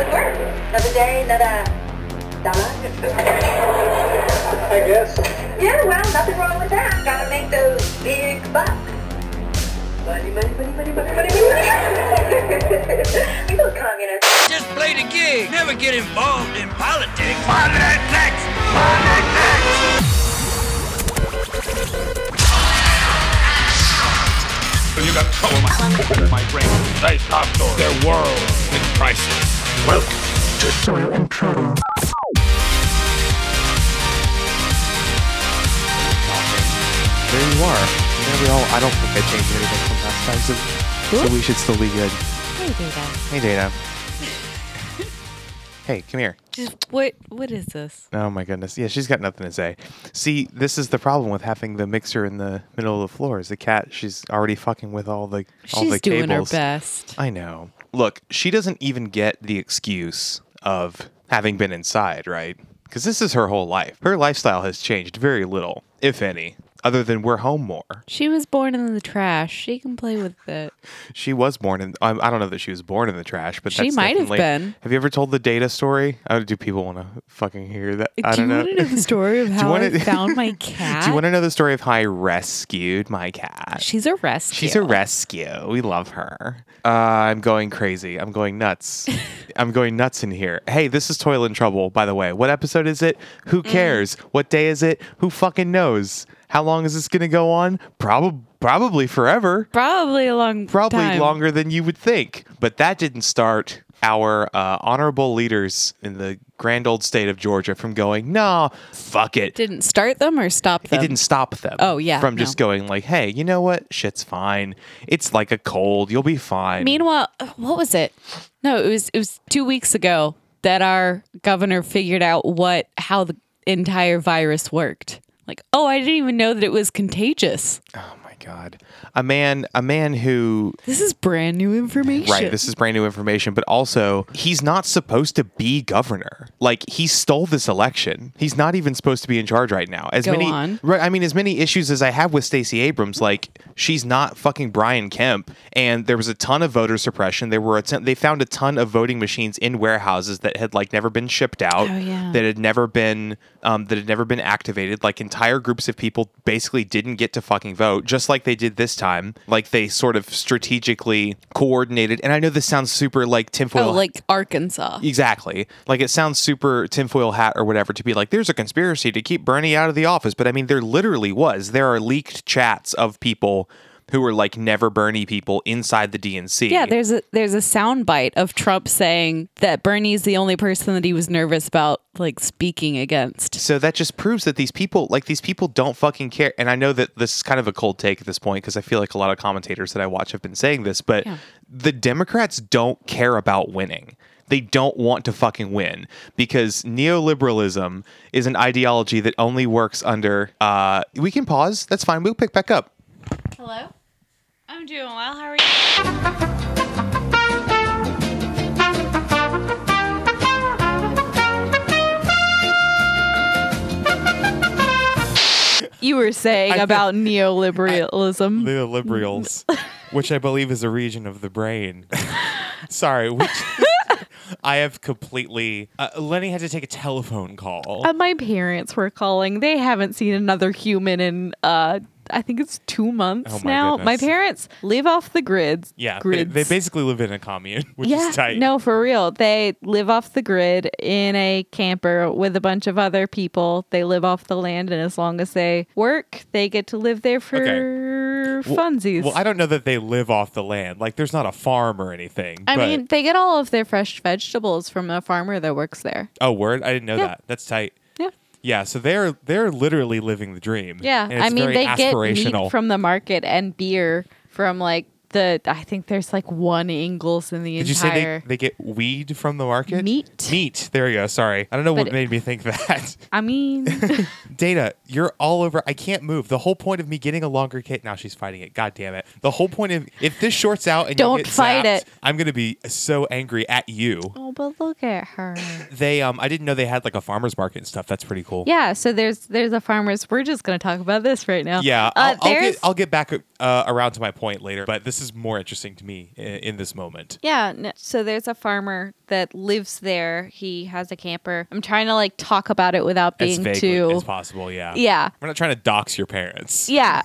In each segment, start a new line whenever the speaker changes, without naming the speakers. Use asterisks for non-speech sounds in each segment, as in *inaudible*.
Another day, another dollar.
I guess.
Yeah, well, nothing wrong with that. Gotta make those big bucks. Money, money, money, money, money, money, money. *laughs* we those communists.
Just play the gig. Never get involved in politics.
Politics! Politics!
So you got trouble, my, my *laughs* brain. They stopped door. Their world in crisis.
There you are. There we all. I don't think I changed anything from last time, so, so we should still be good.
Hey, Data.
Hey,
*laughs*
Dana. hey, come here.
Just what? What is this?
Oh my goodness. Yeah, she's got nothing to say. See, this is the problem with having the mixer in the middle of the floor. Is the cat? She's already fucking with all the all
She's
the
doing
cables.
her best.
I know. Look, she doesn't even get the excuse of having been inside, right? Because this is her whole life. Her lifestyle has changed very little, if any, other than we're home more.
She was born in the trash. She can play with it.
She was born in. um, I, I don't know that she was born in the trash, but
She
that's
might have
definitely-
been.
Have you ever told the data story? Oh, do people want to fucking hear that? I
Do
don't
you
know.
want to know the
*laughs*
story of
you
how I
wanna-
found my cat?
do you want to know the story of how I rescued my cat?
She's a rescue.
She's a rescue. We love her. Uh, I'm going crazy. I'm going
*laughs*
nuts. I'm going nuts in here. Hey, this is Toil and Trouble, by the way. What episode is it? Who
Mm.
cares? What day is it? Who fucking knows? How long is this going to go on? Probably, probably forever.
Probably a long
Probably
time.
longer than you would think. But that didn't start our uh, honorable leaders in the grand old state of Georgia from going, nah, fuck it
Didn't start them or stop them.
it didn't stop them.
Oh, yeah,
from just
no.
going like, "Hey, you know what? Shit's fine. It's like a cold. You'll be fine."
Meanwhile, what was it? No, it was it was two weeks ago that our governor figured out what how the entire virus worked. Like, oh, I didn't even know that it was contagious.
oh my god, a man, a man who
This is brand new information.
right? This is brand new information, but also he's not supposed to be governor. Like he stole this election. He's not even supposed to be in charge right now. As
Go
many,
on.
right? I mean, as many issues as I have with Stacey Abrams, like she's not fucking Brian Kemp, and there was a ton of voter suppression. There were a ton, they found a ton of voting machines in warehouses that had like never been shipped out,
Oh, yeah.
that had never been um, that had never been activated. Like entire groups of people basically didn't get to fucking vote, just like they did this time. Like they sort of strategically coordinated. And I know this sounds super like tinfoil.
oh, like Arkansas.
Exactly. Like it sounds super tinfoil hat or whatever to be like, there's a conspiracy to keep Bernie out of the office. But I mean, there literally was. There are leaked chats of people who were like never Bernie people inside the DNC.
Yeah, there's a there's a soundbite of Trump saying that Bernie's the only person that he was nervous about like speaking against.
So that just proves that these people, like these people, don't fucking care. And I know that this is kind of a cold take at this point because I feel like a lot of commentators that I watch have been saying this, but
Yeah.
the Democrats don't care about winning. They don't want to fucking win because neoliberalism is an ideology that only works under. Uh, we can pause. That's fine. We'll pick back up.
Hello, I'm doing well. How are you? You were saying about neoliberalism.
neoliberals, *laughs* which I believe is a region of the brain. Sorry, which I have completely. Uh, Lenny had to take a telephone call.
Uh, my parents were calling. They haven't seen another human in uh I think it's two months
Oh my
now. My
goodness.
parents live off the grids.
yeah, they,
grids.
they basically live in a commune, *laughs* which
yeah,
is tight.
no, for real. They live off the grid in a camper with a bunch of other people. They live off the land, and as long as they work, they get to live there for
Well-
funsies.
Well, I don't know that they live off the land. Like, there's not a farm or anything.
I
but-
mean, they get all of their fresh vegetables from a farmer that works there.
oh, word! I didn't know
Yeah.
that. That's tight.
Yeah.
Yeah, so they're they're literally living the dream.
Yeah,
and it's
I mean
very
they get
aspirational.
meat from the market and beer from like the. I think there's like one Ingles in the
Did you say
entire.
they, they get weed from the market?
Meat.
Meat. There you go. Sorry. I don't know
But
what
it-
made me think that. *laughs*
I mean, *laughs*
Data, you're all over. I can't move. The whole point of me getting a longer kit. Now she's fighting it. God damn it. The whole point of if this shorts out and
Don't
you get
fight
zapped,
it.
I'm gonna be so angry at you.
oh, but look at her.
They um, I didn't know they had like a farmers market and stuff. That's pretty cool.
Yeah, so there's there's a farmers. We're just gonna talk about this right now.
Yeah,
uh,
I'll, I'll
there's
get I'll get back uh, around to my point later, but this
this is more interesting to me in, in this moment.
Yeah. No, so there's a farmer that lives there. He has a camper. I'm trying to like talk about it without
As
being
vaguely
too.
as possible, yeah.
yeah.
We're not trying to dox your parents.
Yeah.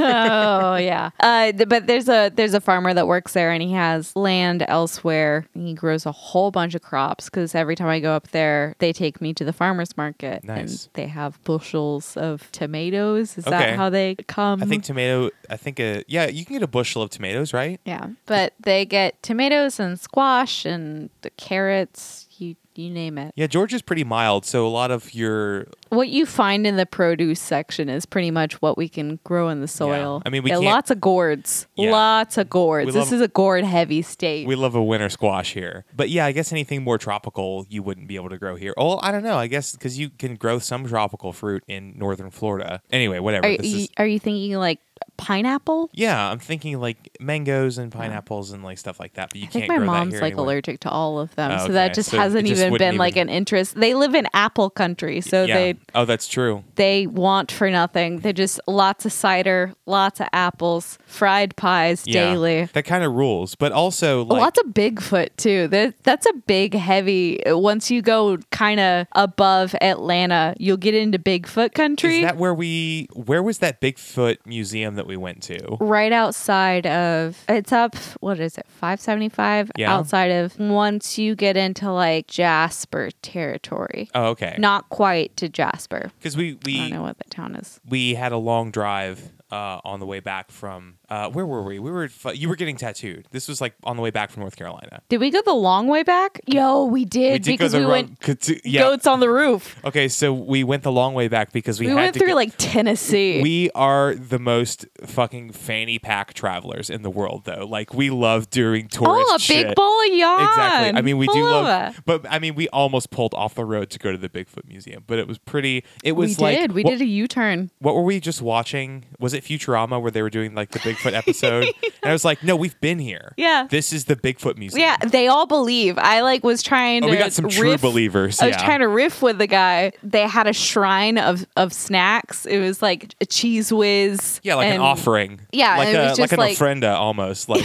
oh yeah. Uh, th- but there's a there's a farmer that works there, and he has land elsewhere. He grows a whole bunch of crops because every time I go up there, they take me to the farmers market,
Nice.
and they have bushels of tomatoes. Is
Okay.
that how they come?
I think tomato. I think a yeah. You can get a bushel of tomatoes, right?
yeah, but they get tomatoes and squash and the carrots. You you name it.
Yeah, Georgia's pretty mild, so a lot of your
What you find in the produce section is pretty much what we can grow in the soil.
I mean, we
Yeah,
can't-
lots of gourds,
Yeah.
lots of gourds.
love-
This is a gourd heavy state.
we love a winter squash here. But yeah, I guess anything more tropical you wouldn't be able to grow here. Oh, I don't know. I guess because you can grow some tropical fruit in northern Florida. Anyway, whatever.
Are,
this
you,
is,
are you thinking like pineapple?
yeah, I'm thinking like mangoes and pineapples and like stuff like that. But you
I
can't
think my
grow that
mom's
here
like
anyway.
allergic to all of them,
Oh,
so that
okay.
just
So it
hasn't
just
even
wouldn't
been
even-
like an interest. They live in apple country, so
Yeah.
they
oh, that's true.
they want for nothing. They just lots of cider, lots of apples, fried pies
Yeah.
daily. Oh,
That kind of rules, but also like
lots of Bigfoot too. That that's a big heavy. Once you go kind of above Atlanta, you'll get into Bigfoot country.
is that where we? Where was that Bigfoot museum that we went to?
right outside of it's up what is it 575
Yeah.
outside of once you get into like Jasper territory.
Oh, okay.
Not quite to Jasper.
because we we
I don't know what that town is.
we had a long drive uh, on the way back from uh, where were we? We were fu- you were getting tattooed. This was like on the way back from North Carolina.
Did we go the long way back? Yo, we did, because we went
*laughs* yeah.
goats on the roof.
okay, so we went the long way back because we,
We,
had
went
to
through
get-
like Tennessee.
We are the most fucking fanny pack travelers in the world, though. Like we love doing tourist
oh, a
shit.
big bowl of yarn.
Exactly. I mean, we do
Full of
love,
it.
but I mean, we almost pulled off the road to go to the Bigfoot Museum, but it was pretty. It was
we
like
did. We
what-
did a U turn.
what were we just watching? Was it Futurama where they were doing like
*laughs*
the Bigfoot episode? And I was like, no, we've been here.
Yeah.
This is the Bigfoot museum.
Yeah, they all believe. I like was trying
Oh,
to.
we got some true
riff-
believers.
I was
yeah.
trying to riff with the guy. They had a shrine of of snacks. It was like a cheese whiz.
yeah, like an
and-
offering.
Yeah,
like
and it
a
was
like
just
an
like-
ofrenda almost.
*laughs*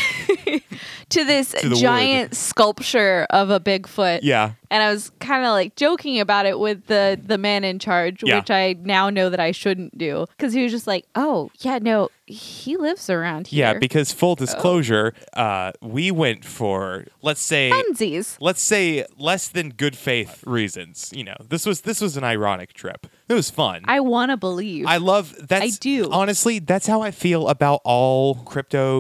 Like
to this
the
giant sculpture of a Bigfoot.
yeah,
And I was kind of like joking about it with the the man in charge,
Yeah.
which I now know that I shouldn't do because he was just like, "Oh, yeah, no, he lives around here." Oh.
yeah. Because full disclosure, uh, we went for let's say
Funsies.
let's say less than good faith reasons. You know, this was this was an ironic trip. It was fun.
I want to believe.
I love that.
I do.
Honestly, that's how I feel about all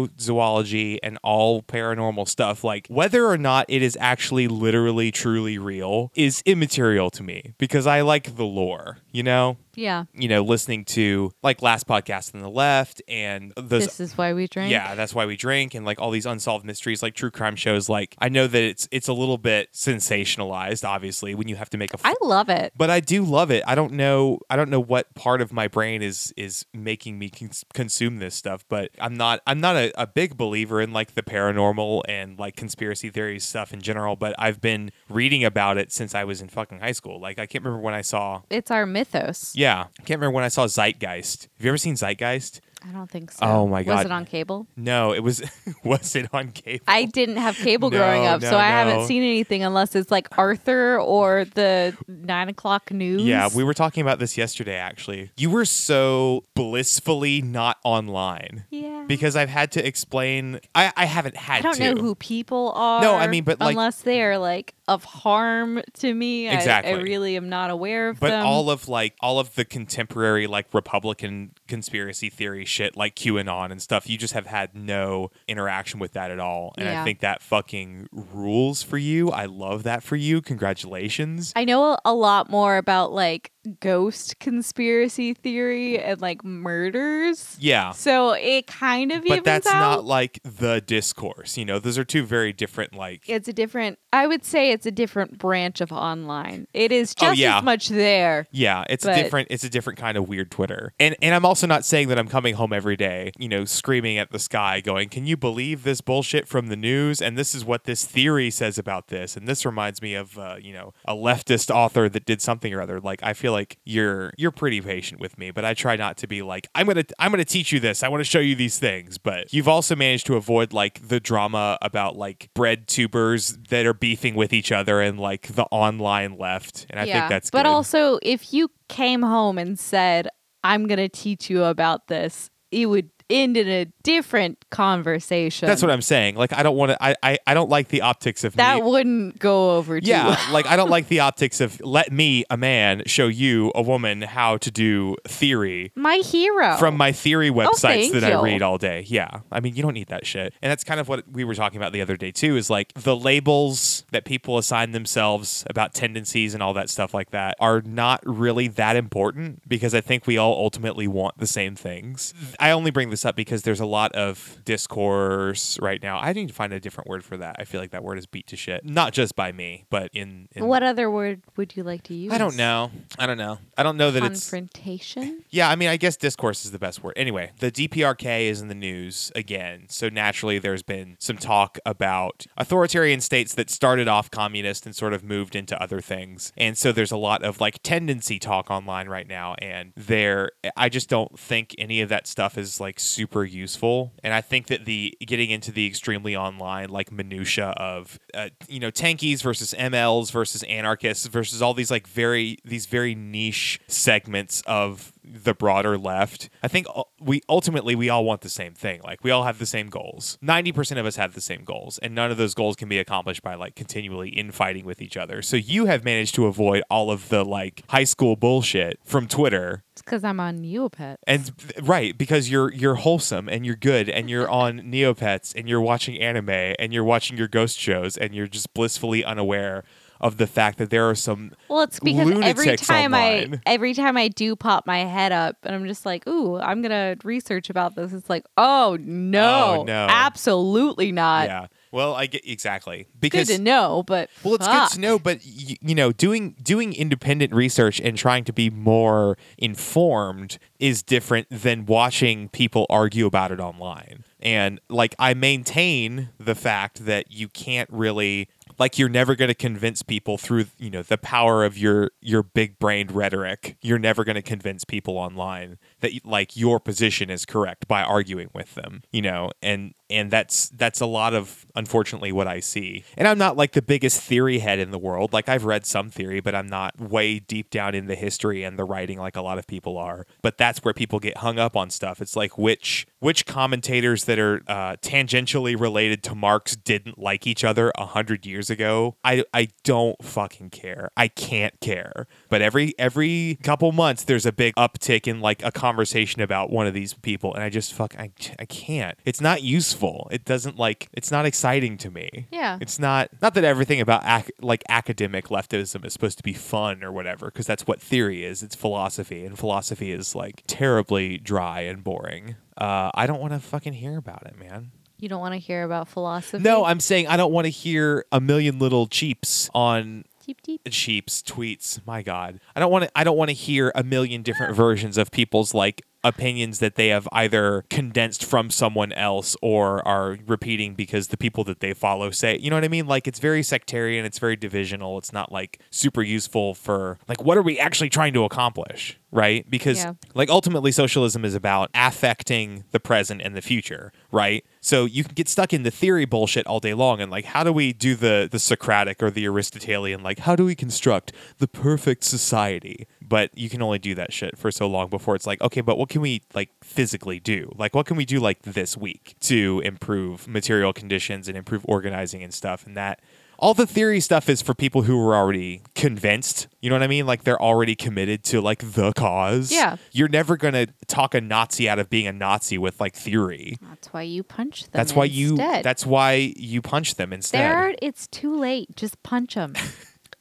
cryptozoology and all paranormal stuff. Like whether or not it is actually literally truly real is immaterial to me because I like the lore, you know?
yeah.
You know, listening to like last podcast on the left and those
This is why we drink.
yeah, that's why we drink and like all these unsolved mysteries like true crime shows like I know that it's it's a little bit sensationalized obviously when you have to make a
I love it.
but I do love it. I don't know. I don't know what part of my brain is is making me cons- consume this stuff. But I'm not. I'm not a, a big believer in like the paranormal and like conspiracy theories stuff in general. But I've been reading about it since I was in fucking high school. Like I can't remember when I saw.
It's our mythos.
Yeah, I can't remember when I saw Zeitgeist. Have you ever seen Zeitgeist?
I don't think so.
Oh my
Was
God.
it on cable?
No, it was *laughs* was it on cable?
I didn't have cable
No,
growing up,
no,
so I haven't
no.
seen anything unless it's like Arthur or the nine o'clock news.
Yeah, we were talking about this yesterday actually. You were so blissfully not online.
Yeah.
Because I've had to explain I, I haven't had
I don't
to
know who people are.
No, I mean, but, like-
unless they are like of harm to me, I-
Exactly.
I, really am not aware of
but
them.
all of like all of the contemporary like Republican conspiracy theory shit like QAnon and stuff, you just have had no interaction with that at all. And I
Yeah.
think that fucking rules for you. I love that for you. Congratulations.
I know a, a lot more about like ghost conspiracy theory and like murders.
yeah.
So it kind of evens
But that's
out.
not like the discourse, you know. Those are two very different like
it's a different i would say it's a different branch of online it is
Oh,
just
yeah.
as much there
Yeah, it's a
But-
different. It's a different kind of weird Twitter. And and I'm also not saying that I'm coming home every day, you know, screaming at the sky, going, "Can you believe this bullshit from the news?" And this is what this theory says about this. And this reminds me of, uh, you know, a leftist author that did something or other. Like I feel like you're you're pretty patient with me, but I try not to be like I'm gonna I'm gonna teach you this. I want to show you these things. But you've also managed to avoid like the drama about like bread tubers that are beefing with each other and like the online left. And I think that's
But
good.
also, if you came home and said, "I'm going to teach you about this," it would end in a different conversation.
that's what I'm saying. Like I don't want to. I, I I don't like the optics of
that
me-
wouldn't go over. Too *laughs*
Yeah,
well.
like I don't like the optics of let me, a man, show you, a woman, how to do theory
my hero
from my theory websites
Oh. thank
that I
you.
read all day. Yeah. I mean, you don't need that shit. And that's kind of what we were talking about the other day, too, is like the labels that people assign themselves about tendencies and all that stuff like that are not really that important because I think we all ultimately want the same things. I only bring this up because there's a lot of discourse right now. I need to find a different word for that. I feel like that word is beat to shit, not just by me, but in. in
What other word would you like to use?
I don't know. I don't know. I don't know that it's
Confrontation.
yeah, I mean, I guess discourse is the best word. Anyway, the DPRK is in the news again. So naturally, there's been some talk about authoritarian states that started off communist and sort of moved into other things. And so there's a lot of like tendency talk online right now. And there, I just don't think any of that stuff is like super useful. And I think that the getting into the extremely online like minutia of, uh, you know, tankies versus MLs versus anarchists versus all these like very, these very niche segments of the broader left. I think u- we ultimately we all want the same thing. Like we all have the same goals. 90% of us have the same goals and none of those goals can be accomplished by like continually infighting with each other. So you have managed to avoid all of the like high school bullshit from Twitter
It's because I'm on Neopet.
and right because you're you're wholesome and you're good and you're on Neopets and you're watching anime and you're watching your ghost shows and you're just blissfully unaware of the fact that there are some
Well, it's because every
lunatics
time
online.
I every time I do pop my head up and I'm just like, ooh, I'm gonna research about this. It's like, oh no,
Oh, no.
absolutely not.
yeah. Well, I get exactly
Good
because
to know, but
Well, it's
fuck.
good to know, but y- you know, doing doing independent research and trying to be more informed is different than watching people argue about it online. And like, I maintain the fact that you can't really like you're never going to convince people through you know the power of your your big brained rhetoric you're never going to convince people online that like your position is correct by arguing with them you know and and that's that's a lot of unfortunately what i see and i'm not like the biggest theory head in the world like i've read some theory but i'm not way deep down in the history and the writing like a lot of people are but that's where people get hung up on stuff it's like which which commentators that are uh, tangentially related to marx didn't like each other a hundred years ago i i don't fucking care i can't care but every every couple months there's a big uptick in like a conversation about one of these people and i just fuck i, I can't it's not useful it doesn't like it's not exciting to me
Yeah.
it's not not that everything about ac- like academic leftism is supposed to be fun or whatever because that's what theory is it's philosophy and philosophy is like terribly dry and boring uh, i don't want to fucking hear about it man
You don't want to hear about philosophy.
no i'm saying i don't want to hear a million little cheeps on
deep, deep.
cheeps tweets my god i don't want to i don't want to hear a million different versions of people's like opinions that they have either condensed from someone else or are repeating because the people that they follow say it. you know what i mean like it's very sectarian it's very divisional it's not like super useful for like what are we actually trying to accomplish right because
Yeah.
like ultimately socialism is about affecting the present and the future right so you can get stuck in the theory bullshit all day long and like how do we do the the socratic or the aristotelian like how do we construct the perfect society but you can only do that shit for so long before it's like okay but what can we like physically do like what can we do like this week to improve material conditions and improve organizing and stuff and that all the theory stuff is for people who are already convinced. You know what I mean? Like they're already committed to like the cause.
Yeah.
You're never gonna talk a Nazi out of being a Nazi with like theory.
That's why you punch them.
That's why you
instead.
that's why you punch them instead.
there. Are, it's too late. Just punch them.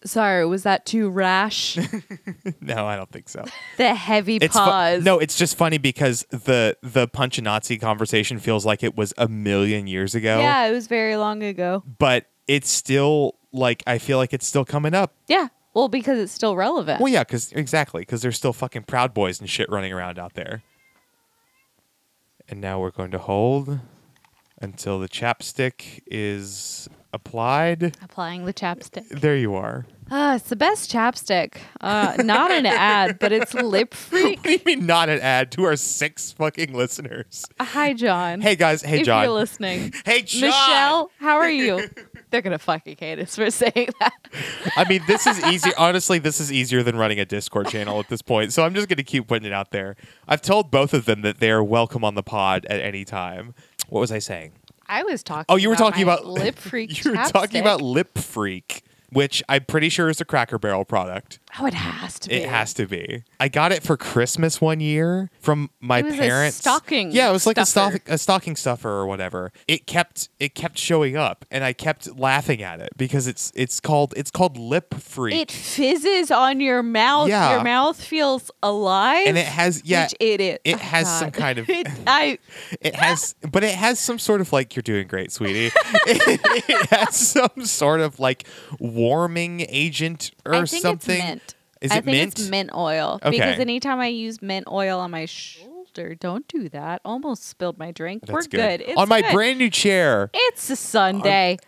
Sorry, was that too
*laughs*
rash?
*laughs* No, I don't think so.
the heavy
It's fu-
pause.
no, it's just funny because the the punch a Nazi conversation feels like it was a million years ago.
Yeah, it was very long ago.
But it's still like I feel like it's still coming up
Yeah. Well, because it's still relevant.
Well, yeah, because exactly, because there's still fucking Proud Boys and shit running around out there. And now we're going to hold until the chapstick is applied.
Applying the chapstick.
There you are.
Uh, it's the best chapstick. Uh, not an ad, but it's Lip
*laughs* What do
Freak.
you mean not an ad to our six fucking listeners?
Hi, John.
Hey guys, hey
if
John.
you're listening.
*laughs* Hey John.
Michelle, how are
*laughs*
you? They're gonna fucking hate us for saying that.
I mean, this is easy. Honestly, this is easier than running a Discord channel at this point. So I'm just going to keep putting it out there. I've told both of them that they are welcome on the pod at any time. What was I saying?
I was talking.
Oh, you were talking
my
about *laughs*
lip freak.
you were talking
chapstick.
about Lip Freak, which I'm pretty sure is a Cracker Barrel product.
Oh, it has to be.
It has to be. I got it for Christmas one year from my
It was a
parents.
stocking
Yeah, it was like
stuffer.
a stocking a stocking stuffer or whatever. It kept it kept showing up, and I kept laughing at it because it's it's called it's called Lip Freak.
It fizzes on your mouth.
Yeah.
Your mouth feels alive.
and it has yeah
which it is.
it
Oh,
has some
God.
kind
*laughs*
of-
It, I
it has but it has some sort of like you're doing great sweetie *laughs* it, has some sort of like warming agent or
I think
something
It's mint.
is
I
it
think
mint
it's mint oil because
Okay.
anytime I use mint oil on my shoulder, don't do that. Almost spilled my drink.
That's
We're good. It's
on my
good.
brand new chair
It's a
*laughs*
Sunday.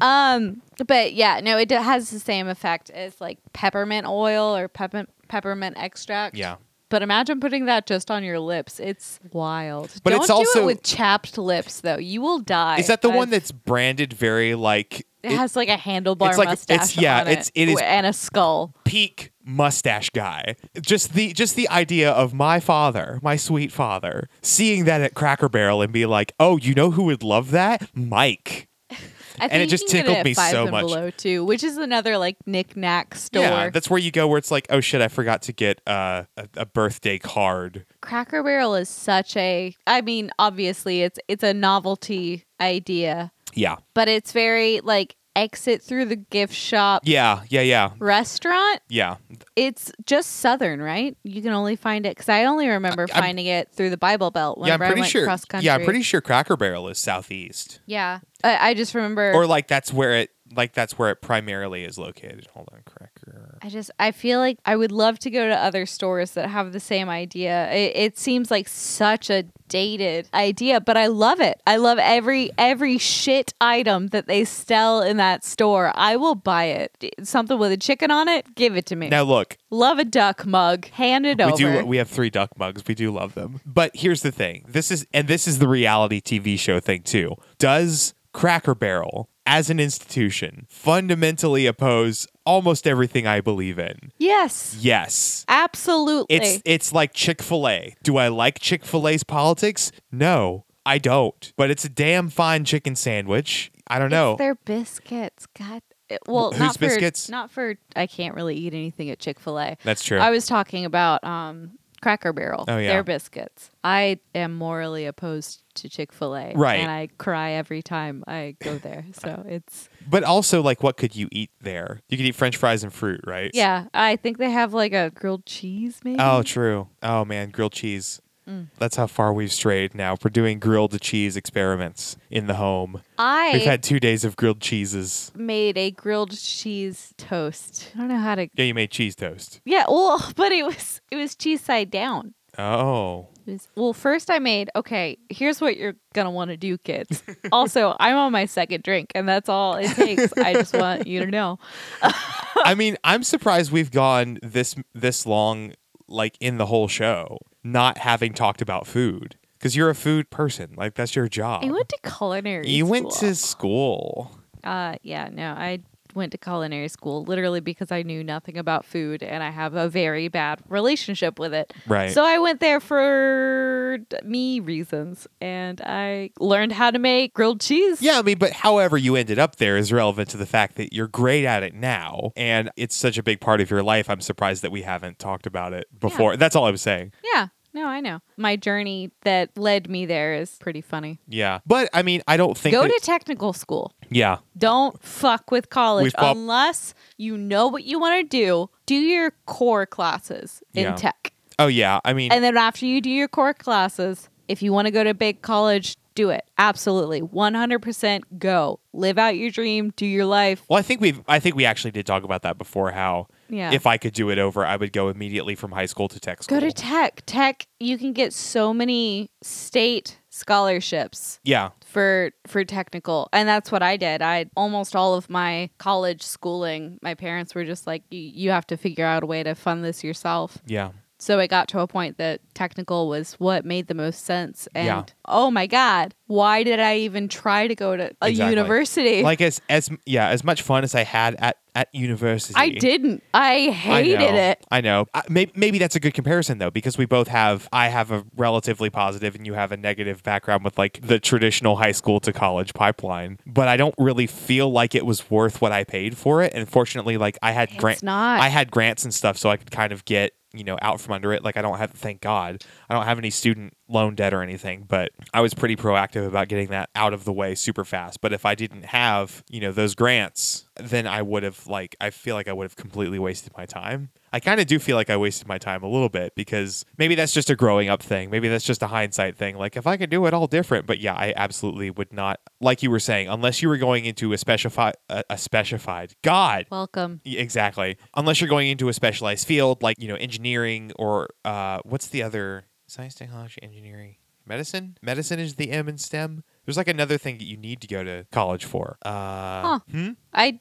um, but yeah, no, it d- has the same effect as like peppermint oil or peppermint peppermint extract.
Yeah.
But imagine putting that just on your lips. It's wild.
But
Don't
it's
do it
also-
with chapped lips though. You will die.
is that the one
I've-
that's branded very like
it,
it-
has like a handlebar
it's like- it's-
mustache?
yeah,
on
it's- it is-
and a skull.
peak mustache guy just the just the idea of my father my sweet father seeing that at cracker barrel and be like oh you know who would love that mike
I think
it
you
just
can get
tickled
at
me
Five
so
and
much.
Below too, which is another like knickknack store.
Yeah, that's where you go where it's like, oh shit, I forgot to get uh, a, a birthday card.
Cracker Barrel is such a. I mean, obviously, it's it's a novelty idea,
Yeah.
but it's very like exit through the gift shop
Yeah, yeah, yeah.
restaurant.
Yeah.
It's just southern, right? You can only find it because I only remember
I'm-
finding it through the Bible Belt
yeah,
whenever
I'm pretty
I went
sure.
cross country.
Yeah, I'm pretty sure Cracker Barrel is southeast.
Yeah, I, I just remember.
Or like that's where it like that's where it primarily is located. Hold on, Cracker.
I just I feel like I would love to go to other stores that have the same idea. It, it seems like such a dated idea, but I love it. I love every every shit item that they sell in that store. I will buy it. D- Something with a chicken on it, give it to me.
Now look,
Love a duck mug, hand it
we
over.
do we have three duck mugs. We do love them. But here's the thing. This is and this is the reality TV show thing too. Does Cracker Barrel as an institution fundamentally oppose almost everything I believe in?
yes,
Yes.
absolutely.
It's it's like Chick Fil A. Do I like Chick Fil A's politics? No, I don't. But it's a damn fine chicken sandwich. I don't know.
It's their biscuits. God. it- Well,
Whose
not for
biscuits?
not for. I can't really eat anything at Chick Fil A.
That's true.
I was talking about um, Cracker Barrel.
Oh, yeah.
Their biscuits. I am morally opposed to Chick Fil A.
Right.
And I cry every time I go there. So it's
but also, like, what could you eat there? You could eat French fries and fruit, right?
yeah. I think they have like a grilled cheese maybe. *laughs*
Oh, true. Oh man, grilled cheese.
Mm.
That's how far we've strayed now. We're doing grilled to cheese experiments in the home.
I
We've had two days of grilled cheeses.
made a grilled cheese toast. I don't know how to.
Yeah, you made cheese toast.
Yeah. Well, *laughs* but it was it was cheese side down. *laughs*
Oh.
Is- Well, first I made okay. Here's what you're gonna want to do, kids. also, I'm on my second drink, and that's all it takes. I just want you to know.
I mean, I'm surprised we've gone this this long, like in the whole show, not having talked about food because you're a food person. Like that's your job.
I went to culinary.
you went
school.
to school.
Uh, yeah, no, I went to culinary school literally because I knew nothing about food, and I have a very bad relationship with it.
Right.
So I went there for d- me reasons, and I learned how to make grilled cheese.
Yeah, I mean, but however you ended up there is relevant to the fact that you're great at it now, and it's such a big part of your life. I'm surprised that we haven't talked about it before. That's all I was saying.
Yeah. No, I know. My journey that led me there is pretty funny.
Yeah, but I mean, I don't think.
Go
that-
to technical school.
yeah,
Don't fuck with college
We've prob-
unless you know what you want to do. Do your core classes in
Yeah.
tech.
oh yeah. I mean,
And then after you do your core classes, if you want to go to big college, do it. Absolutely. 100% go. Live out your dream, do your life.
Well, I think we've I think we actually did talk about that before how
Yeah.
if I could do it over, I would go immediately from high school to tech school.
Go to tech. Tech, you can get so many state scholarships
Yeah.
for for technical and that's what i did i almost all of my college schooling my parents were just like "You- you have to figure out a way to fund this yourself
Yeah.
so it got to a point that technical was what made the most sense and
Yeah.
oh my god why did i even try to go to a
Exactly.
university
Like as as yeah, as much fun as I had at at university.
i didn't i
I
hated
know,
it
I know. I, maybe, maybe that's a good comparison though, because we both have. I have a relatively positive, and you have a negative background with like the traditional high school to college pipeline. But I don't really feel like it was worth what I paid for it. And fortunately, like I had grants.
not.
I had grants and stuff, so I could kind of get you know out from under it. Like I don't have. Thank God, I don't have any student loan debt or anything. But I was pretty proactive about getting that out of the way super fast. But if I didn't have you know those grants, then I would have like I feel like I would have completely wasted my time. I kind of do feel like I wasted my time a little bit because maybe that's just a growing up thing. Maybe that's just a hindsight thing. Like if I could do it all different, but yeah, I absolutely would not. Like you were saying, unless you were going into a specified a, a specified God.
welcome
Y- Exactly. Unless you're going into a specialized field like, you know, engineering or uh, what's the other science, technology, engineering, medicine? Medicine is the M in STEM. There's like another thing that you need to go to college for. Uh,
Huh. i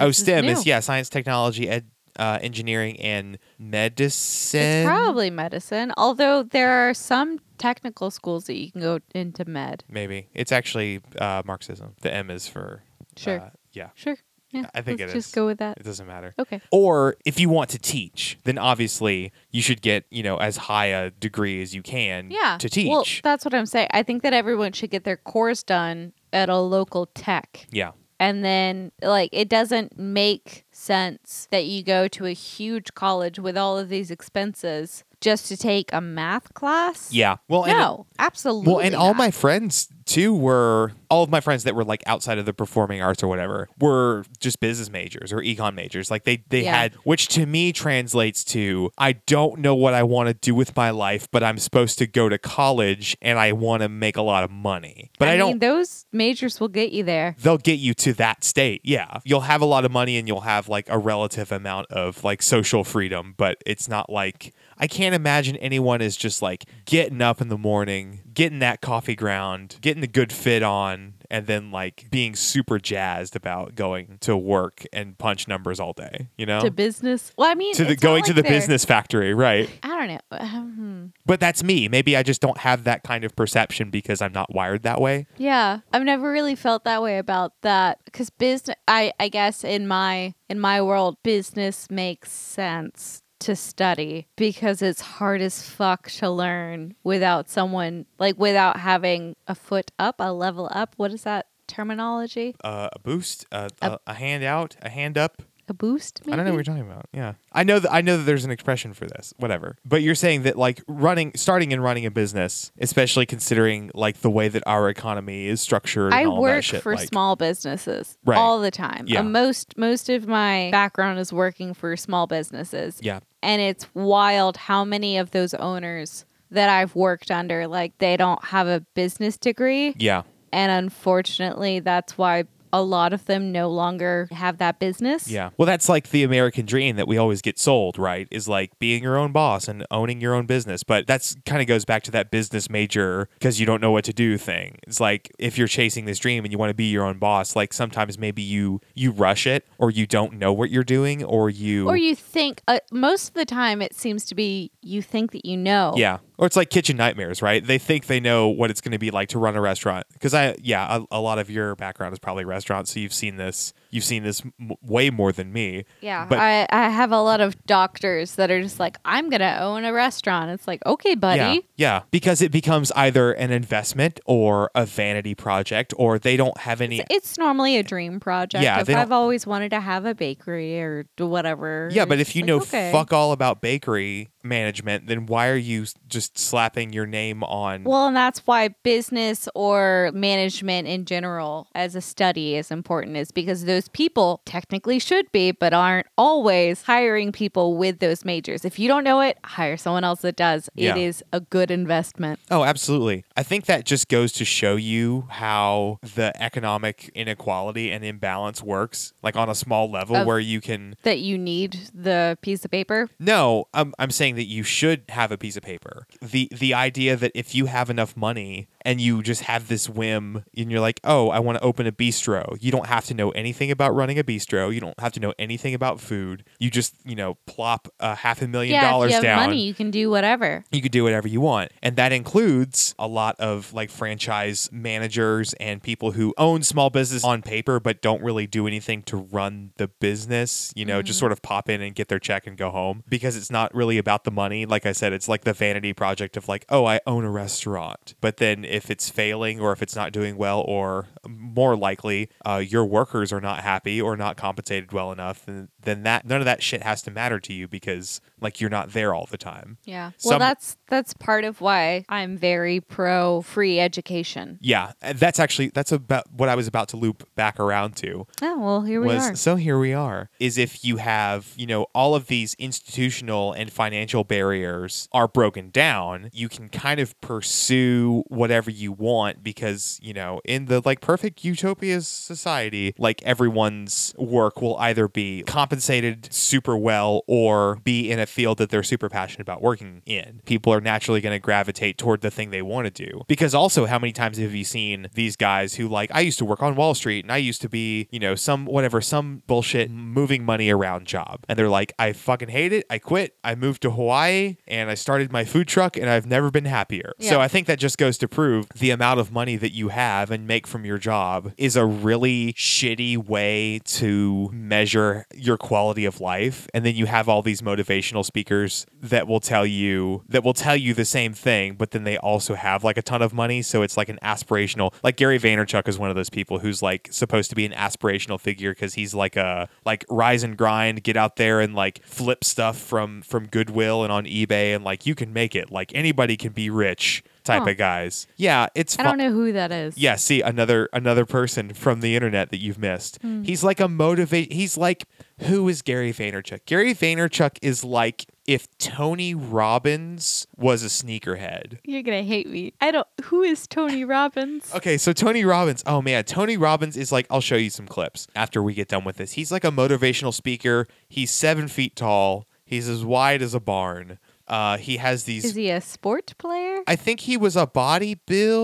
Oh,
this
STEM is,
new.
yeah, science, technology, ed, uh, engineering, and medicine.
It's probably medicine, although there are some technical schools that you can go into med.
Maybe. It's actually uh, Marxism. The M is for.
Sure.
uh, yeah.
Sure. Yeah,
I think
let's
it
just
is.
go with that.
It doesn't matter.
Okay.
Or if you want to teach, then obviously you should get, you know, as high a degree as you can
Yeah.
to teach.
Well, that's what I'm saying. I think that everyone should get their course done at a local tech.
yeah.
And then, like, it doesn't make sense that you go to a huge college with all of these expenses just to take a math class.
Yeah. Well, and
No, absolutely.
well, and all
not.
my friends too were all of my friends that were like outside of the performing arts or whatever were just business majors or econ majors. Like they they
Yeah.
had which to me translates to I don't know what I want to do with my life, but I'm supposed to go to college and I want to make a lot of money. But I,
mean,
don't
Those majors will get you there.
they'll get you to that state. Yeah. You'll have a lot of money and you'll have like a relative amount of like social freedom, but it's not like I can't imagine anyone is just like getting up in the morning, getting that coffee ground, getting the good fit on, and then like being super jazzed about going to work and punch numbers all day, you know?
To business. Well, I mean,
To the
it's not
going to
like
the
they're-
business factory, right?
I don't know. Um,
But that's me. Maybe I just don't have that kind of perception because I'm not wired that way.
yeah, I've never really felt that way about that because business. I I guess in my in my world, business makes sense to study because it's hard as fuck to learn without someone like without having a foot up, a level up. What is that terminology?
Uh, a boost, uh, a, a handout, a hand up.
A boost? Maybe?
I don't know what you're talking about. Yeah, I know that I know that there's an expression for this. Whatever. But you're saying that like running, starting and running a business, especially considering like the way that our economy is structured.
I
and all that
work
shit,
for
like-
small businesses
Right.
all the time.
Yeah.
Uh, most most of my background is working for small businesses.
Yeah.
And it's wild how many of those owners that I've worked under like they don't have a business degree
Yeah.
and unfortunately that's why a lot of them no longer have that business.
Yeah. Well, that's like the American dream that we always get sold, right? Is like being your own boss and owning your own business. But that's kind of goes back to that business major because you don't know what to do thing. It's like if you're chasing this dream and you want to be your own boss, like sometimes maybe you you rush it or you don't know what you're doing or you
Or you think uh, most of the time it seems to be you think that you know.
Yeah. Or it's like kitchen nightmares, right? They think they know what it's going to be like to run a restaurant. Because I, yeah, a, a lot of your background is probably restaurants, so you've seen this. You've seen this m- way more than me.
Yeah,
But
I, I have a lot of doctors that are just like, I'm gonna own a restaurant. It's like, okay, buddy.
yeah, yeah, because it becomes either an investment or a vanity project, or they don't have any.
It's normally a dream project.
Yeah,
if
they don't-
I've always wanted to have a bakery or d- whatever.
yeah, but
it's
if you
like,
know
okay.
fuck all about bakery management, then why are you s- just slapping your name on?
Well, and that's why business or management in general as a study is important, is because those people technically should be, but aren't always hiring people with those majors. If you don't know it, hire someone else that does.
Yeah.
It is a good investment.
Oh, absolutely. I think that just goes to show you how the economic inequality and imbalance works, like on a small level
Of-
where you can.
That you need the piece of paper.
No, I'm, I'm saying that you should have a piece of paper. The the idea that if you have enough money and you just have this whim and you're like, oh, I want to open a bistro. You don't have to know anything about running a bistro. You don't have to know anything about food. You just, you know, plop a half a million
yeah, if
dollars
you have
down
money, you can do whatever.
you could do whatever you want and that includes a lot of like franchise managers and people who own small business on paper but don't really do anything to run the business you know just sort of pop in and get their check and go home because it's not really about the money like i said it's like the vanity project of like oh i own a restaurant but then if it's failing or if it's not doing well or um, more likely uh, your workers are not happy or not compensated well enough then, then that none of that shit has to matter to you because like you're not there all the time
Yeah. Well,
Some-
that's that's part of why I'm very pro free education.
Yeah, and that's actually that's about what I was about to loop back around to.
Oh well, here we
was
are.
so here we are is if you have you know all of these institutional and financial barriers are broken down you can kind of pursue whatever you want because you know in the like perfect utopia society like everyone's work will either be compensated super well or be in a field that they're super passionate about working in people are naturally going to gravitate toward the thing they want to do because also how many times have you seen these guys who like I used to work on Wall Street and I used to be, you know, some whatever, some bullshit moving money around job. And they're like, I fucking hate it. I quit. I moved to Hawaii and I started my food truck and I've never been happier.
Yeah.
So I think that just goes to prove the amount of money that you have and make from your job is a really shitty way to measure your quality of life. And then you have all these motivational speakers that will tell you that will tell you the same thing, but then they also have like a ton of money. So it's like an aspirational like Gary Vaynerchuk is one of those people who's like supposed to be an aspirational figure because he's like a like rise and grind, get out there and like flip stuff from from Goodwill and on eBay and like you can make it. Like anybody can be rich type
Huh.
of guys. Yeah, it's
I
fu-
don't know who that is.
yeah, see another another person from the internet that you've missed.
Hmm.
He's like a motivate. He's like who is Gary Vaynerchuk? Gary Vaynerchuk is like if Tony Robbins was a sneakerhead.
You're gonna hate me. I don't. Who is Tony Robbins?
Okay, so Tony Robbins. Oh man, Tony Robbins is like I'll show you some clips after we get done with this. He's like a motivational speaker. He's seven feet tall. He's as wide as a barn. Uh, he has these.
Is he a sport player?
I think he was a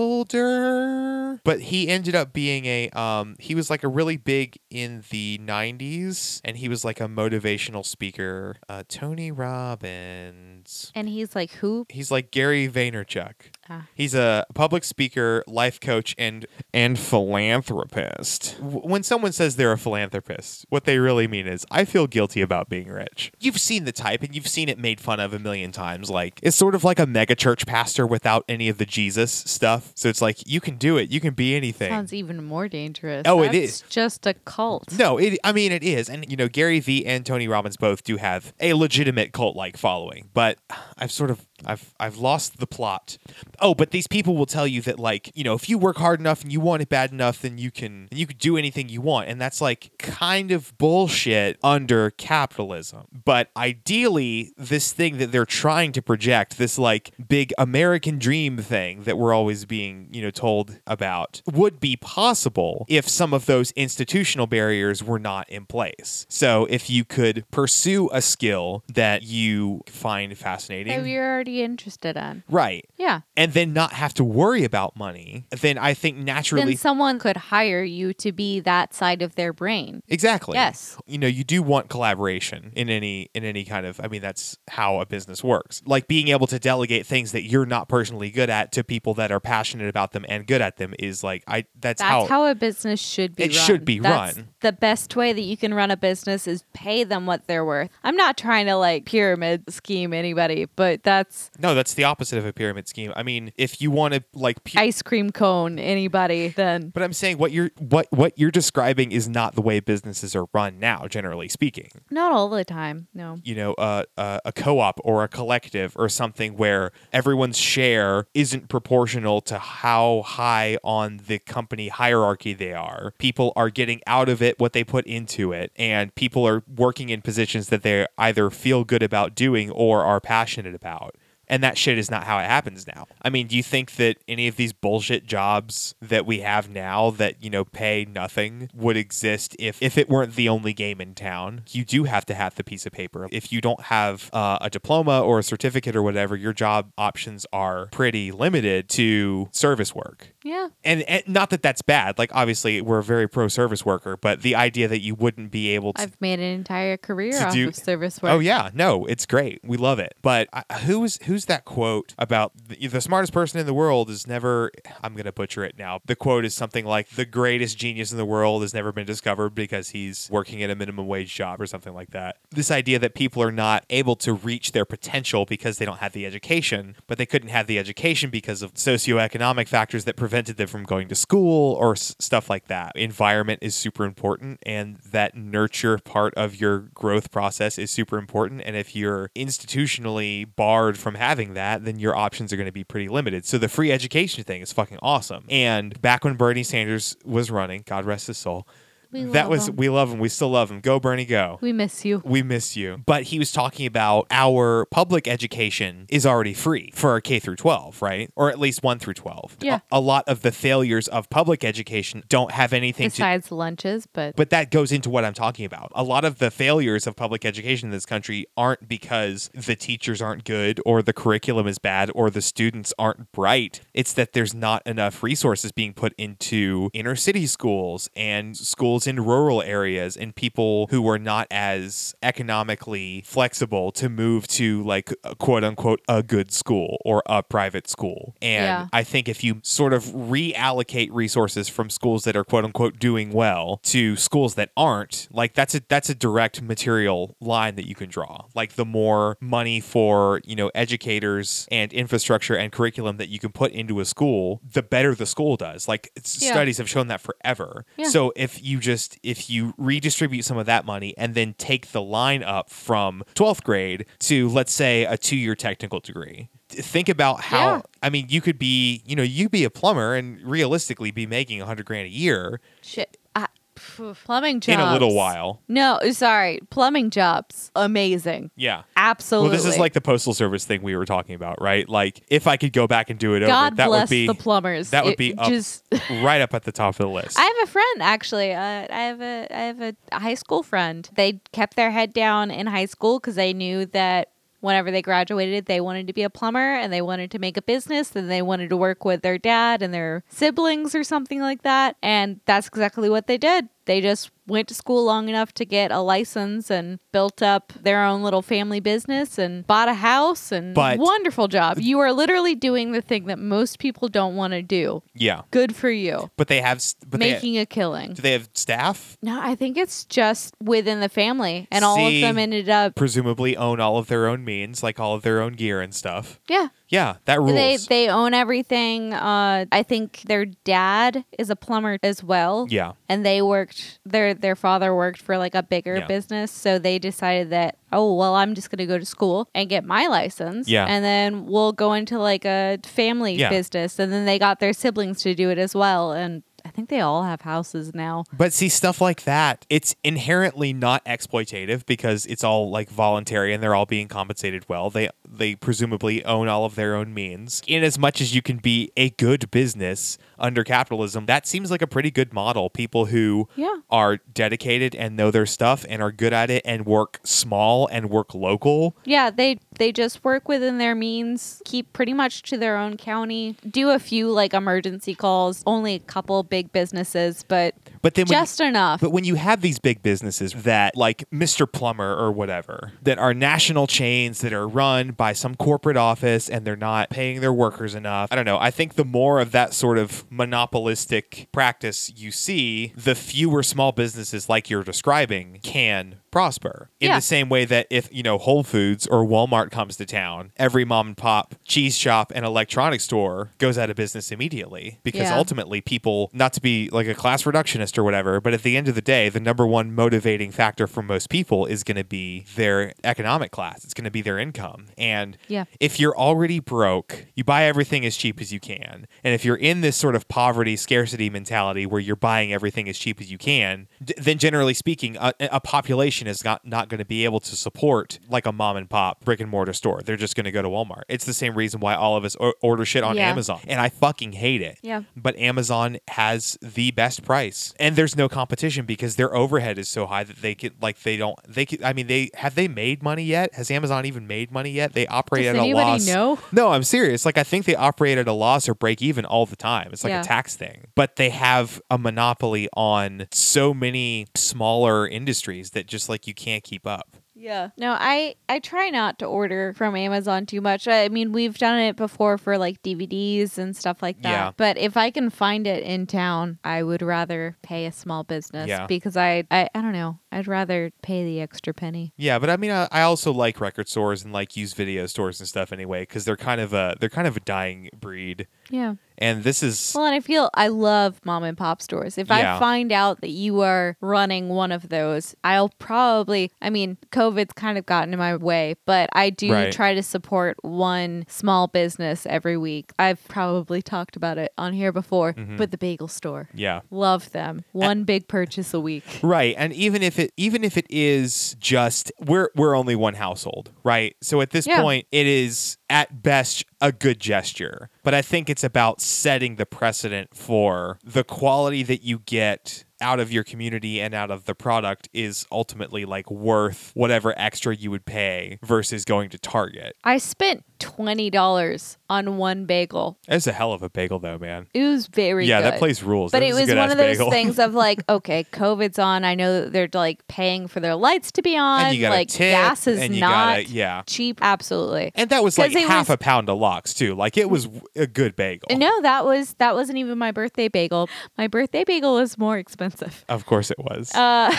bodybuilder, but he ended up being a um he was like a really big in the 90s and he was like a motivational speaker, uh Tony Robbins.
And he's like who?
He's like Gary Vaynerchuk.
Ah.
He's a public speaker, life coach, and and philanthropist. W- When someone says they're a philanthropist, what they really mean is, I feel guilty about being rich. You've seen the type, and you've seen it made fun of a million times. Like it's sort of like a megachurch pastor without any of the Jesus stuff. So it's like you can do it. You can be anything.
Sounds even more dangerous.
Oh, it
That's
is.
Just a cult.
No, it. I mean, it is, and you know, Gary V and Tony Robbins both do have a legitimate cult-like following. But I've sort of, I've, I've lost the plot. Oh, but these people will tell you that, like, you know, if you work hard enough and you want it bad enough, then you can, you can do anything you want, and that's like kind of bullshit under capitalism. But ideally, this thing that they're trying to project, this like big American dream thing that we're always being, you know, told about, would be possible if some of those institutional barriers were not in place. So if you could pursue a skill that you find
That
fascinating,
you're already interested in.
right,
Yeah.
and then not have to worry about money, then I think naturally.
Then someone could hire you to be that side of their brain.
Exactly.
Yes.
You know, you do want collaboration in any in any kind of I mean that's how a business works. Like being able to delegate things that you're not personally good at to people that are passionate about them and good at them is like I that's,
That's how a business should be
It
run.
should be
That's
run.
The best way that you can run a business is pay them what they're worth. I'm not trying to like pyramid scheme anybody, but that's
No, that's the opposite of a pyramid scheme. I mean, if you want to like pu-
ice cream cone anybody then.
but I'm saying what you're what what you're describing is not the way businesses are run now generally speaking.
Not all the time. No.
you know a, a, a co-op or a collective or something where everyone's share isn't proportional to how high on the company hierarchy they are people are getting out of it what they put into it and people are working in positions that they either feel good about doing or are passionate about And that shit is not how it happens now. I mean, do you think that any of these bullshit jobs that we have now that, you know, pay nothing would exist if, if it weren't the only game in town? You do have to have the piece of paper. If you don't have uh, a diploma or a certificate or whatever, your job options are pretty limited to service work
Yeah.
and, and not that that's bad. Like obviously, we're a very pro service worker, but the idea that you wouldn't be able to.
I've made an entire career
To
off
do-
of service work.
Oh yeah, no, it's great. We love it. But I, who's who's that quote about the, the smartest person in the world is never? I'm gonna butcher it now. The quote is something like the greatest genius in the world has never been discovered because he's working at a minimum wage job or something like that. This idea that people are not able to reach their potential because they don't have the education, but they couldn't have the education because of socioeconomic factors that prevented them from going to school or s- stuff like that. Environment is super important, and that nurture part of your growth process is super important. And if you're institutionally barred from having that, then your options are going to be pretty limited. So the free education thing is fucking awesome. And back when Bernie Sanders was running, God rest his soul.
We love
that was
him.
we love him. We still love him. Go Bernie, go
We miss you.
we miss you. But he was talking about our public education is already free for K through 12, right? Or at least 1 through 12.
Yeah.
A, a lot of the failures of public education don't have anything to
Besides lunches, but,
but that goes into what I'm talking about. A lot of the failures of public education in this country aren't because the teachers aren't good or the curriculum is bad or the students aren't bright. It's that there's not enough resources being put into inner city schools and schools in rural areas and people who are not as economically flexible to move to like quote unquote a good school or a private school. And
Yeah.
I think if you sort of reallocate resources from schools that are quote unquote doing well to schools that aren't, like that's a that's a direct material line that you can draw. Like the more money for, you know, educators and infrastructure and curriculum that you can put into a school, the better the school does. Like it's-
Yeah.
studies have shown that forever.
Yeah.
So if you just if you redistribute some of that money and then take the line up from 12th grade to let's say a 2-year technical degree. Think about how
Yeah.
I mean, you could be, you know, you be a plumber and realistically be making a hundred grand a year
shit. I, phew, plumbing jobs.
in a little while.
No, sorry. Plumbing jobs. Amazing.
Yeah.
Absolutely.
Well, this is like the postal service thing we were talking about, right? Like, if I could go back and do it
God
over, that
bless
would be
the plumbers.
That would
It
be up,
just- *laughs*
right up at the top of the list.
I have a friend actually. Uh, I have a I have a high school friend. They kept their head down in high school because they knew that whenever they graduated, they wanted to be a plumber and they wanted to make a business and they wanted to work with their dad and their siblings or something like that. And that's exactly what they did. They just went to school long enough to get a license and built up their own little family business and bought a house and
But-
wonderful job. You are literally doing the thing that most people don't want to do.
yeah,
Good for you.
but they have, s- but
Making
they,
a killing.
do they have staff?
No, I think it's just within the family, and all of
See?
them ended up.
Presumably own all of their own means, like all of their own gear and stuff.
Yeah,
Yeah, that rules.
they they own everything. Uh, I think their dad is a plumber as well.
Yeah.
and they worked their their father worked for like a bigger
Yeah.
business, so they decided that oh well, I'm just gonna go to school and get my license.
Yeah.
and then we'll go into like a family
Yeah.
business, and then they got their siblings to do it as well, and I think they all have houses now.
But see, stuff like that, it's inherently not exploitative because it's all like voluntary and they're all being compensated well. They they presumably own all of their own means. In as much as you can be a good business under capitalism, that seems like a pretty good model. People who
Yeah.
are dedicated and know their stuff and are good at it and work small and work local.
Yeah, they they just work within their means, keep pretty much to their own county, do a few like emergency calls, only a couple big businesses, but
But then when you-
just enough.
But when you have these big businesses that, like Mr. Plumber or whatever, that are national chains that are run by some corporate office and they're not paying their workers enough, I don't know. I think the more of that sort of monopolistic practice you see, the fewer small businesses like you're describing can prosper. In
Yeah.
the same way that if, you know, Whole Foods or Walmart comes to town, every mom and pop cheese shop and electronics store goes out of business immediately because
Yeah.
ultimately ultimately people not to be like a class reductionist or whatever but at the end of the day the number one motivating factor for most people is going to be their economic class it's going to be their income and
Yeah.
if you're already broke you buy everything as cheap as you can and if you're in this sort of poverty scarcity mentality where you're buying everything as cheap as you can d- then generally speaking a, a population population is not, not going to be able to support like a mom and pop brick and mortar store. They're just going to go to Walmart. It's the same reason why all of us o- order shit on
Yeah.
Amazon. And I fucking hate it.
Yeah.
But Amazon has the best price. And there's no competition because their overhead is so high that they could like they don't they could I mean they have they made money yet? Has Amazon even made money yet? They operate
Does
at a
anybody
loss.
know?
No, I'm serious. Like I think they operate at a loss or break even all the time. It's like
Yeah.
a tax thing. But they have a monopoly on so many smaller industries that just like you can't keep up.
Yeah. No, I I try not to order from Amazon too much. I mean, we've done it before for like DVDs and stuff like that.
Yeah.
But if I can find it in town, I would rather pay a small business
Yeah.
because I, I I don't know. I'd rather pay the extra penny.
Yeah, but I mean, I, I also like record stores and like used video stores and stuff anyway, because they're kind of a they're kind of a dying breed.
Yeah.
And this is
Well, and I feel I love mom and pop stores. If I
Yeah.
find out that you are running one of those, I'll probably, I mean, COVID's kind of gotten in my way, but I do
Right.
try to support one small business every week. I've probably talked about it on here before, but the bagel store.
Mm-hmm. yeah,
Love them. One big purchase a week.
right. And even if it even if it is just we're we're only one household, right? So at this
Yeah.
point, it is at best a good gesture, but I think it's about setting the precedent for the quality that you get out of your community and out of the product is ultimately like worth whatever extra you would pay versus going to Target.
I spent $20 on one bagel.
That's a hell of a bagel, though, man.
It was very
yeah,
good.
that place rules.
But
That
it
a
was
good-ass
one of those
bagel. *laughs*
things of like, okay, COVID's on. I know that they're like paying for their lights to be on.
and you got
like
a tip,
gas is
and you
not
gotta- yeah.
cheap. Absolutely.
And that was
'Cause
like
it
half
was- Mm.
a pound of lox too. Like it was a good bagel.
No, that was that wasn't even my birthday bagel. My birthday bagel was more expensive. *laughs*
Of course it was.
Uh,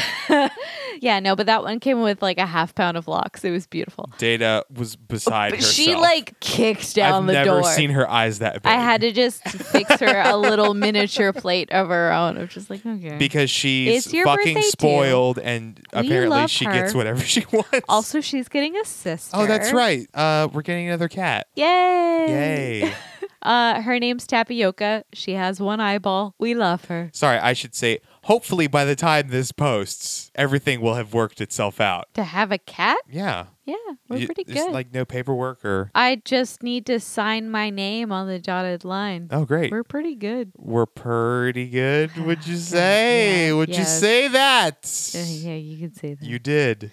Yeah, no, but that one came with like a half pound of lox. It was beautiful.
Data was beside
But
herself.
she like kicked down
I've
the
never
door.
seen her eyes that big.
I had to just fix her a little miniature plate of her own. I was just like, okay.
*laughs* because she's
It's your birthday,
fucking
too.
spoiled, and
We
apparently
love
she
her.
gets whatever *laughs* she wants.
also, she's getting a sister.
oh, that's right. Uh, we're getting another cat.
Yay! *laughs*
Yay!
Uh, her name's Tapioca. She has one eyeball. We love her.
Sorry, I should say. Hopefully, by the time this posts, everything will have worked itself out.
To have a cat?
Yeah,
Yeah, we're
You-
pretty
it's
good.
Like no paperwork or
I just need to sign my name on the dotted line.
oh, great.
We're pretty good.
we're pretty
*sighs*
good. Would you say?
Yeah,
Would you
yes.
say that?
Uh, yeah, Hmm. you could say that.
You did.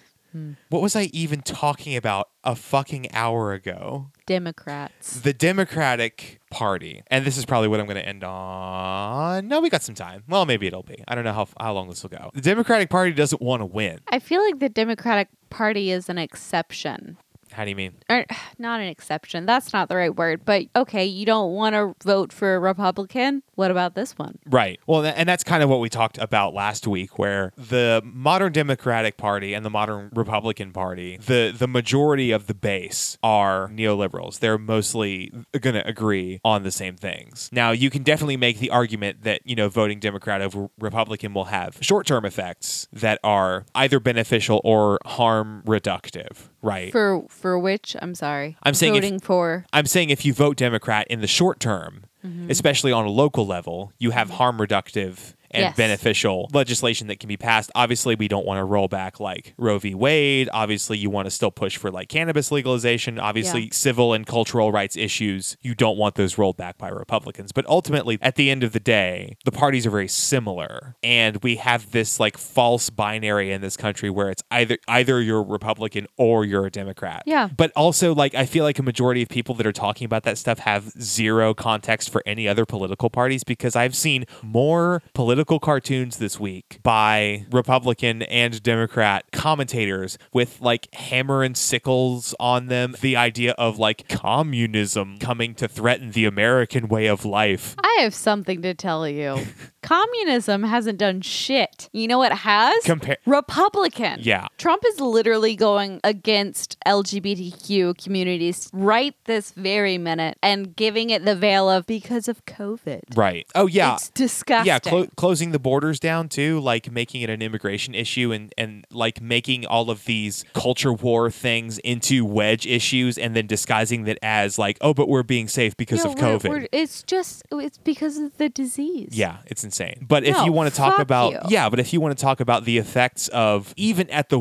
What was I even talking about a fucking hour ago?
Democrats.
The Democratic Party. And this is probably what I'm going to end on. No, we got some time. Well, maybe it'll be. I don't know how, how long this will go. The Democratic Party doesn't want to win.
I feel like the Democratic Party is an exception.
How do you mean?
Or, *sighs* not an exception. That's not the right word. But okay, you don't want to vote for a Republican. What about this one?
Right. Well, tha- and that's kind of what we talked about last week, where the modern Democratic Party and the modern Republican Party, the the majority of the base are neoliberals. They're mostly going to agree on the same things. Now, you can definitely make the argument that you know voting Democrat over Republican will have short term effects that are either beneficial or harm reductive. Right.
For for which? I'm sorry.
I'm saying if-
voting for.
I'm saying if you vote Democrat in the short term,
Mm-hmm.
especially on a local level, you have harm reductive and
Yes.
beneficial legislation that can be passed. Obviously, we don't want to roll back like Roe v. Wade. Obviously, you want to still push for like cannabis legalization. Obviously,
Yeah.
civil and cultural rights issues, you don't want those rolled back by Republicans. But ultimately, at the end of the day, the parties are very similar. And we have this like false binary in this country where it's either either you're a Republican or you're a Democrat.
Yeah.
But also, like, I feel like a majority of people that are talking about that stuff have zero context for any other political parties because I've seen more political cartoons this week by Republican and Democrat commentators with like hammer and sickles on them. The idea of like communism coming to threaten the American way of life.
I have something to tell
*laughs*
you. Communism hasn't done shit. You know what has?
Compa-
Republican.
Yeah.
Trump is literally going against LGBTQ communities right this very minute and giving it the veil of because of COVID.
Right. Oh, yeah.
It's disgusting.
Yeah, clo- closing the borders down too, like making it an immigration issue and and like making all of these culture war things into wedge issues and then disguising that as like, oh, but we're being safe because
No,
of
we're-
COVID.
we're- it's just it's because of the disease.
yeah, it's insane. But if
No,
you want to talk
fuck
about
you.
yeah, but if you want to talk about the effects of even at the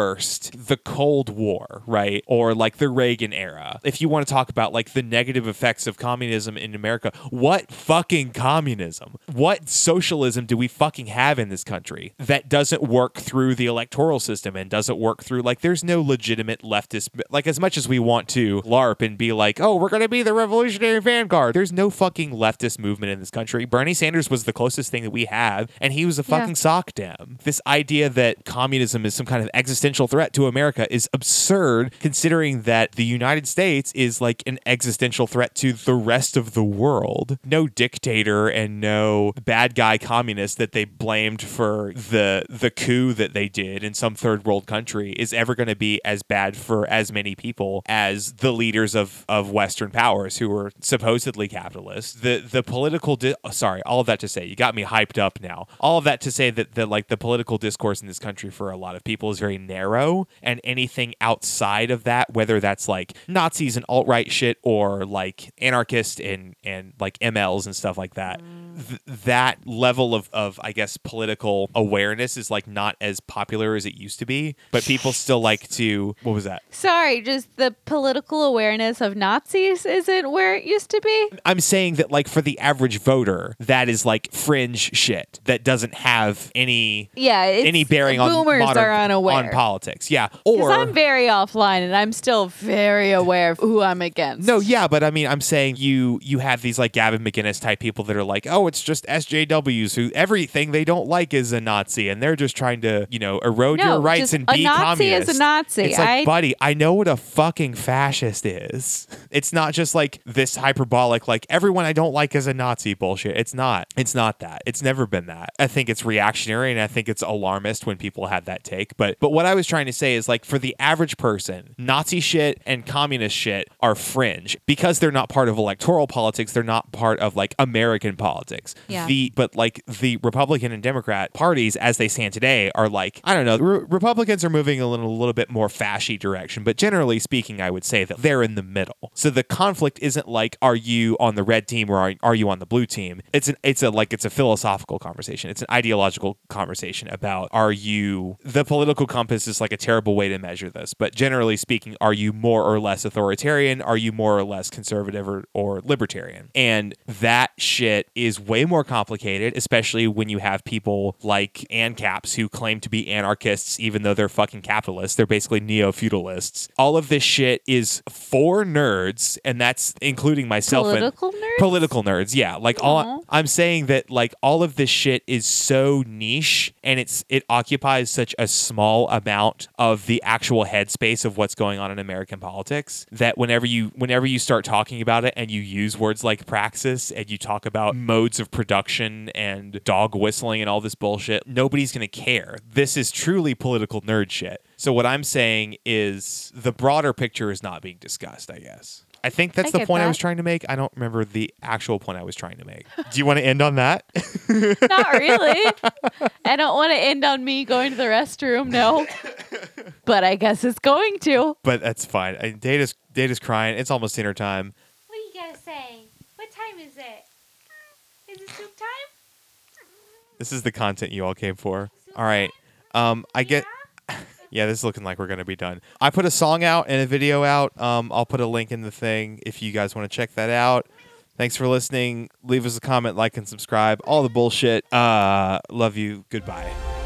worst, the Cold War, right? Or like the Reagan era. If you want to talk about like the negative effects of communism in America, what fucking communism? What socialism do we fucking have in this country that doesn't work through the electoral system and doesn't work through like there's no legitimate leftist like as much as we want to LARP and be like, oh, we're gonna be the revolutionary vanguard. There's no fucking leftist movement in this country. Bernie Sanders was the closest thing that we have, and he was a fucking sock dam. This idea that communism is some kind of existential threat to America is absurd, considering that the United States is like an existential threat to the rest of the world. No dictator and no bad guy communist that they blamed for the the coup that they did in some third world country is ever going to be as bad for as many people as the leaders of of Western powers who were supposedly capitalists. The the political di- oh, sorry, all of that to say, you got me hyped up now. All of that to say that the like the political discourse in this country for a lot of people is very narrow, and anything outside of that, whether that's like Nazis and alt right shit or like anarchist and and like MLs and stuff like that. Th- that level of, of I guess political awareness is like not as popular as it used to be, but people still like to what was that?
Sorry, just the political awareness of Nazis isn't where it used to be.
I'm saying that like for the average voter, that is like fringe shit that doesn't have any
Yeah, it's,
any bearing on
boomers
modern,
are unaware
on politics. Yeah,
Because
or
I'm very offline and I'm still very aware of who I'm against.
no, yeah, but I mean, I'm saying you you have these like Gavin McGinnis type people that are like, oh, it's just SJWs who everything they don't like is a Nazi, and they're just trying to you know erode
No,
your rights
just
and
a
be
Nazi is a
communist.
Nazi.
It's like,
I-
buddy, I know what a fucking fascist is. It's not just like this hyperbolic like everyone I don't like is a Nazi bullshit. It's not. It's not that. It's never been that. I think it's reactionary and I think it's alarmist when people have that take. But but what I was trying to say is like for the average person, Nazi shit and communist shit are fringe because they're not part of electoral politics. They're not part of like American politics.
Yeah.
The but like the Republican and Democrat parties as they stand today are like I don't know. Re- Republicans are moving a little, a little bit more fashy direction, but generally speaking, I would say that they're in the middle. So the conflict isn't like are you on the red team or are, are you on the blue team? It's an it's a like it's a philosophical conversation. It's an ideological conversation about are you the political compass is like a terrible way to measure this, but generally speaking, are you more or less authoritarian? Are you more or less conservative or, or libertarian? And that shit is way more complicated, especially when you have people like ANCAPs who claim to be anarchists, even though they're fucking capitalists. They're basically neo feudalists. All of this shit is for nerds, and that's including myself. and-
Political nerds?
Political nerds, yeah. Like all I'm saying that like all of this shit is so niche and it's it occupies such a small amount of the actual headspace of what's going on in American politics that whenever you whenever you start talking about it and you use words like praxis and you talk about modes of production and dog whistling and all this bullshit, nobody's gonna care. This is truly political nerd shit. So what I'm saying is the broader picture is not being discussed, I guess. I think that's
I
the
get
point I
that.
was trying to make. I don't remember the actual point I was trying to make. Do you want to end on that? *laughs*
Not really. I don't want to end on me going to the restroom, no. But I guess it's going to.
but that's fine. I, Data's Data's crying. It's almost dinner time.
What are you guys saying? What time is it? Is it soup time?
This is the content you all came for. All right. Um, I get. *laughs* Yeah, this is looking like we're gonna be done. I put a song out and a video out. Um, I'll put a link in the thing if you guys want to check that out. Thanks for listening. Leave us a comment, like, and subscribe. All the bullshit. Uh, love you. Goodbye.